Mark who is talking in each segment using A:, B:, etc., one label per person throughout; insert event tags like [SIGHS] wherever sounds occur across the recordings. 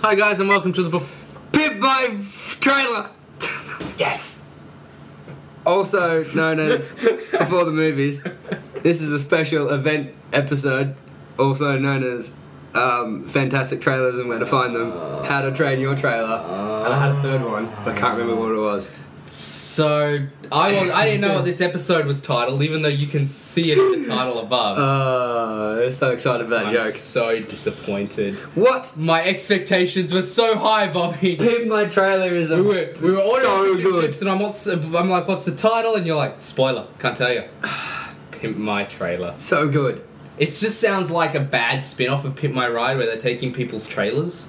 A: Hi guys and welcome to the perf-
B: Pip My Trailer!
A: Yes!
B: Also known as Before the Movies. This is a special event episode, also known as um, Fantastic Trailers and Where to Find Them, How to Train Your Trailer, and I had a third one, but can't remember what it was.
A: So I was, I didn't know what this episode was titled, even though you can see it in the title above.
B: Uh, I'm so excited for that
A: I'm
B: joke.
A: so disappointed.
B: What?
A: My expectations were so high, Bobby.
B: Pip My Trailer is a.
A: We were, we were ordering
B: so
A: fish and
B: good.
A: chips, and I'm, what's, I'm like, "What's the title?" And you're like, "Spoiler, can't tell [SIGHS] you." Pimp my trailer.
B: So good.
A: It just sounds like a bad spin-off of Pimp My Ride, where they're taking people's trailers.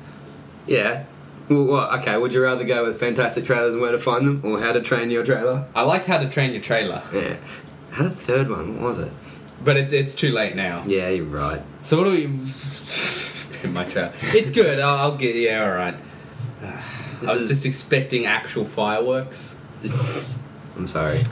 B: Yeah. Well, what? Okay, would you rather go with Fantastic Trailers and Where to Find Them, or How to Train Your Trailer?
A: I like How to Train Your Trailer,
B: Yeah. I had a third one, what was it?
A: but it's it's too late now.
B: Yeah, you're right.
A: So what do [LAUGHS] we? Pimp my trailer. It's good. I'll, I'll get. Yeah, all right. I was
B: is-
A: just expecting actual fireworks.
B: I'm sorry.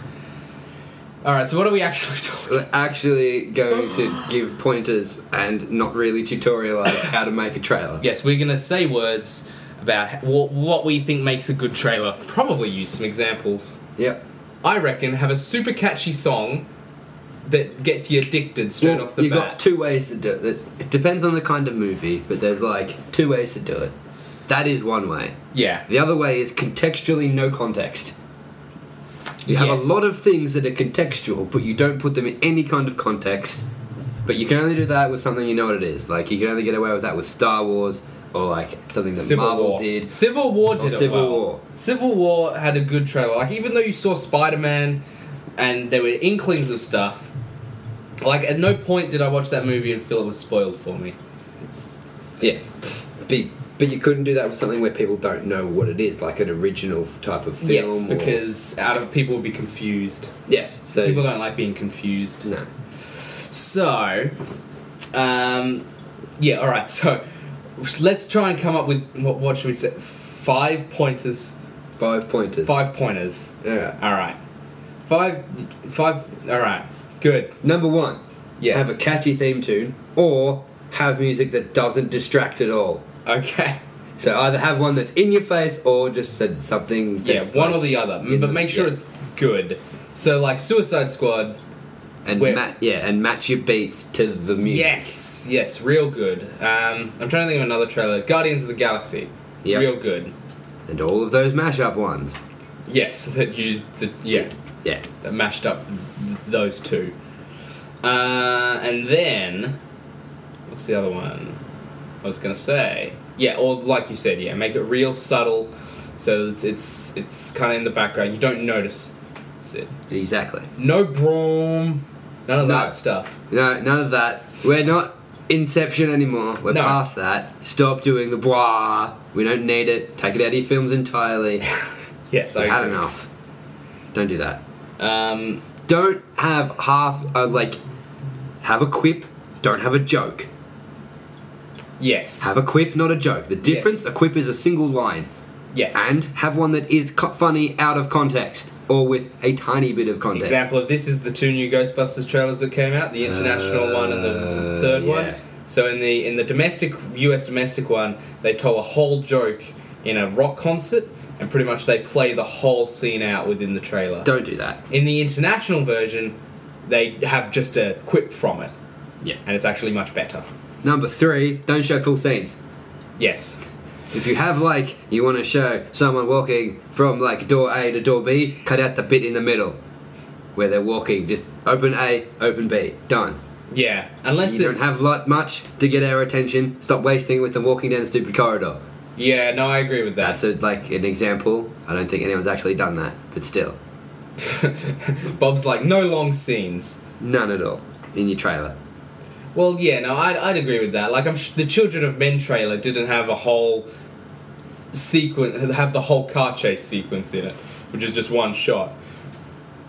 A: All right. So what are we actually [LAUGHS] talking?
B: We're actually going to give pointers and not really tutorialize how to make a trailer.
A: Yes, we're gonna say words about what, what we think makes a good trailer. Probably use some examples.
B: Yep.
A: I reckon have a super catchy song that gets you addicted straight
B: Well,
A: off the
B: you
A: bat.
B: got two ways to do it. It depends on the kind of movie, but there's like two ways to do it. That is one way.
A: yeah.
B: The other way is contextually no context. You have
A: Yes.
B: a lot of things that are contextual, but you don't put them in any kind of context. But you can only do that with something you know what it is. Like you can only get away with that with Star Wars or like something that
A: Civil
B: Marvel
A: War
B: did. Oh,
A: Civil War did it
B: Civil
A: well.
B: War.
A: Civil War had a good trailer. Like even though you saw Spider Man, and there were inklings of stuff. Like at no point did I watch that movie and feel it was spoiled for me.
B: Yeah, but, but you couldn't do that with something where people don't know what it is, like an original type of film.
A: yes,
B: or-
A: because out of people would be confused.
B: yes, so
A: People don't like being confused.
B: no,
A: So, um, yeah, all right. [LAUGHS] So, let's try and come up with what, what should we say? Five pointers.
B: five pointers.
A: Five pointers.
B: Yeah.
A: All right. Five. Five. All right. Good.
B: Number one,
A: Yes.
B: have a catchy theme tune or have music that doesn't distract at all. [LAUGHS]
A: Okay.
B: So either have one that's in your face or just said something.
A: Yeah,
B: that's
A: one
B: like-
A: or the other, M-
B: in
A: but
B: the-
A: make sure
B: yeah.
A: it's good. So like Suicide Squad.
B: and
A: where-
B: ma- yeah, and match your beats to the music.
A: Yes, yes, real good. Um, I'm trying to think of another trailer. Guardians of the Galaxy.
B: Yep.
A: Real good.
B: and all of those mashup ones.
A: Yes, [LAUGHS] that used the yeah.
B: Yeah,
A: that mashed up th- those two. Uh, and then, what's the other one? I was gonna say, yeah, or like you said, yeah, make it real subtle, so it's it's it's kind of in the background. You don't notice. That's it.
B: exactly.
A: No broom. None of
B: No.
A: that stuff.
B: No, none of that. We're not Inception anymore. We're
A: No.
B: past that. Stop doing the blah. We don't need it. Take it out of your
A: [LAUGHS]
B: films entirely.
A: Yes, I
B: we had
A: agree.
B: enough. Don't do that.
A: Um,
B: Don't have half. Uh, like, have a quip. Don't have a joke.
A: yes,
B: Have a quip, not a joke. The difference: a quip is a single line,
A: yes.
B: and have one that is co- funny out of context or with a tiny bit of context.
A: example of this is the two new Ghostbusters trailers that came out, the international one and the
B: Uh,
A: third
B: yeah.
A: one. So in the in the domestic US domestic one, they tell a whole joke in a rock concert and pretty much they play the whole scene out within the trailer.
B: Don't do that.
A: In the international version, they have just a quip from it.
B: Yeah.
A: And it's actually much better.
B: Number three: don't show full scenes.
A: Yes.
B: If you have like you want to show someone walking from like door A to door B, cut out the bit in the middle where they're walking. Just open A, open B, done.
A: Yeah. Unless
B: You don't
A: it's
B: have lot much to get our attention. Stop wasting it with them walking down a stupid corridor.
A: Yeah, no, I agree with that.
B: That's a, like an example. I don't think anyone's actually done that, but still,
A: [LAUGHS] Bob's like, no long scenes.
B: none at all in your trailer.
A: Well, yeah, no, I'd, I'd agree with that. Like, I'm sh- the Children of Men trailer didn't have a whole sequence, have the whole car chase sequence in it, which is just one shot.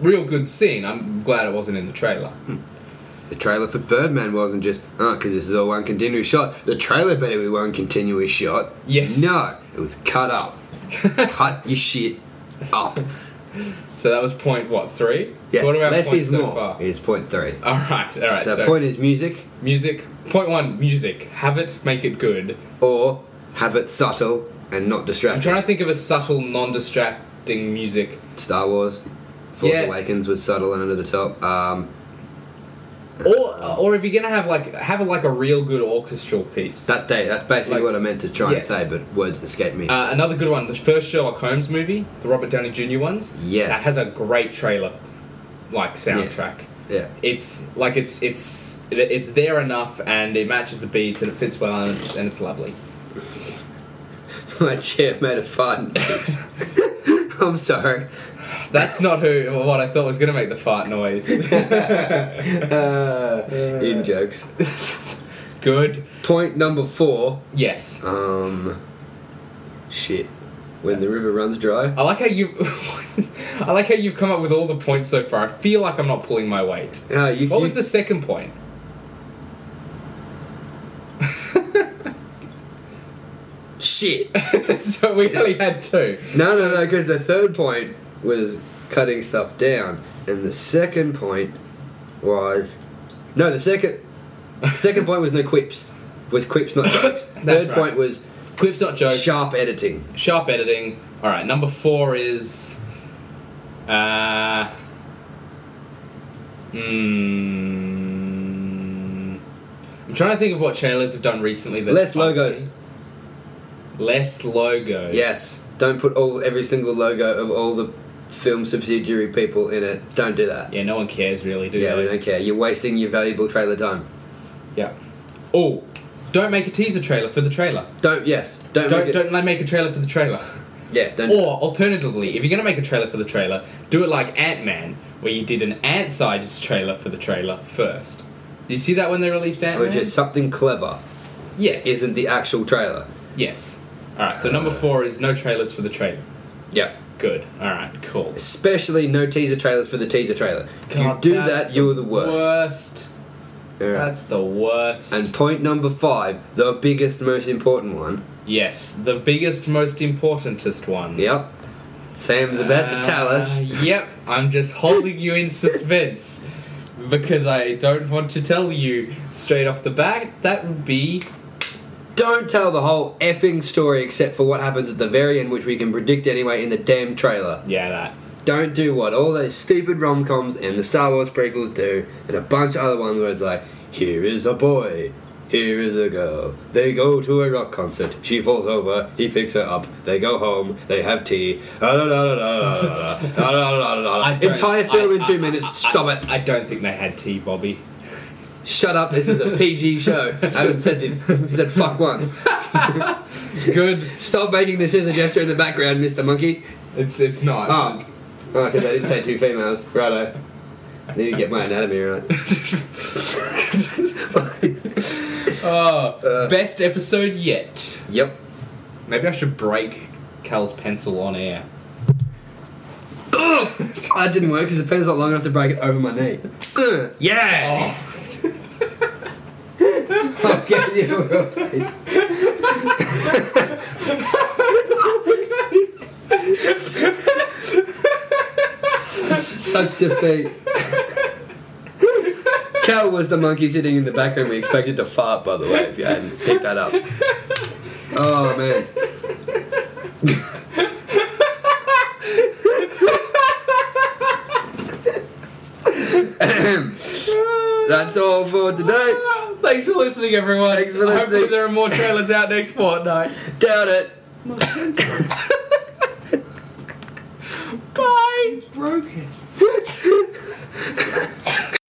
A: Real good scene. I'm glad it wasn't in the trailer.
B: The trailer for Birdman wasn't just oh, because this is all one continuous shot. The trailer better be one continuous shot.
A: Yes.
B: No, it was
A: [LAUGHS]
B: cut up. cut your shit up.
A: So that was point what three?
B: Yes,
A: What about
B: less
A: points
B: is
A: so
B: more
A: far?
B: is point three.
A: All right, all right.
B: so,
A: So,
B: point is music
A: music. Point one, music. Have it, make it good.
B: or have it subtle and not
A: I'm
B: distracting.
A: trying to think of a subtle, non-distracting music.
B: Star Wars, Force
A: Yeah.
B: Awakens was subtle and under the top. Um,
A: Or, or if you're gonna have like have a, like a real good orchestral piece.
B: that day, that's basically
A: Like-
B: what I meant to try
A: Yeah.
B: and say, but words escape me.
A: Uh, another good one, the first Sherlock Holmes movie, the Robert Downey Jr. ones.
B: Yes.
A: that has a great trailer, like soundtrack.
B: yeah, [LAUGHS]
A: It's like it's it's it's there enough, and it matches the beats, and it fits well, and it's and it's lovely.
B: my chair made
A: [LAUGHS]
B: a fart noise. [LAUGHS] I'm sorry.
A: That's not who what I thought was gonna make the fart noise. [LAUGHS]
B: Uh, in jokes.
A: good.
B: Point number four.
A: Yes.
B: Um, shit. When the river runs dry.
A: I like how you. [LAUGHS] I like how you've come up with all the points so far. I feel like I'm not pulling my weight.
B: Uh, you,
A: What
B: you-
A: was the second point?
B: shit?
A: [LAUGHS] so we only had two.
B: No, no, no. Because the third point was cutting stuff down, and the second point was no. The second second point was no quips. Was quips
A: [COUGHS]
B: not jokes? third
A: right.
B: point was
A: Quips, not jokes.
B: sharp editing.
A: Sharp editing. All right, number four is. Uh, hmm. mm, I'm trying to think of what trailers have done recently. That's
B: Less logos.
A: Less logos.
B: Yes. Don't put all every single logo of all the film subsidiary people in it. Don't do that.
A: Yeah, no one cares really, do
B: Yeah,
A: they?
B: we don't care. You're wasting your valuable trailer time.
A: Yeah. Oh, don't make a teaser trailer for the trailer.
B: Don't. Yes. Don't.
A: Don't
B: make it-
A: don't like, make a trailer for the trailer. [LAUGHS]
B: Yeah. Don't.
A: Or alternatively, if you're gonna make a trailer for the trailer, do it like Ant Man, where you did an Ant Sides trailer for the trailer first. Did you see that when they released Ant
B: or
A: Man?
B: Oh, just something clever
A: yes.
B: isn't the actual trailer.
A: Yes. All right. So number four is no trailers for the trailer.
B: Yeah.
A: Good. All right. Cool.
B: Especially no teaser trailers for the teaser trailer. If
A: God,
B: you do
A: that's
B: that, you're the worst.
A: Worst.
B: Yeah.
A: That's the worst.
B: And point number five, the biggest, most important one.
A: yes, the biggest, most importantest one.
B: Yep. Sam's about to tell us.
A: Uh, Yep, I'm just holding you in suspense because I don't want to tell you straight off the bat. That would be
B: Don't tell the whole effing story except for what happens at the very end, which we can predict anyway in the damn trailer.
A: yeah, that.
B: Don't do what all those stupid rom coms and the Star Wars prequels do, and a bunch of other ones where it's like, here is a boy, here is a girl. They go to a rock concert. She falls over. He picks her up. They go home. They have tea.
A: [LAUGHS] I don't-
B: Entire film
A: I-
B: in two
A: I-
B: minutes.
A: I-
B: Stop it.
A: I don't think they had tea, Bobby.
B: Shut up. This is a
A: [LAUGHS]
B: PG show. I haven't said the, said fuck once.
A: Good.
B: Stop making the scissor gesture in the background, Mr. Monkey.
A: It's it's not.
B: Oh, oh, because I didn't say two females. Righto. I need to get my anatomy [LAUGHS] right.
A: Oh,
B: Uh,
A: best episode yet.
B: Yep.
A: Maybe I should break Cal's pencil on air.
B: That Oh, didn't work because the pen's not long enough to break it over my knee. [CLEARS THROAT] Ugh, yeah!
A: Oh,
B: I'll give you a real place. Such defeat. Cal was the monkey sitting in the background. We expected to fart, by the way, if you hadn't picked that up. Oh man. Ahem.
A: [LAUGHS]
B: That's all for today.
A: Thanks for listening, everyone.
B: Thanks for
A: Hopefully,
B: listening.
A: there are more trailers out next fortnight.
B: Doubt it.
A: Bye.
B: Broken.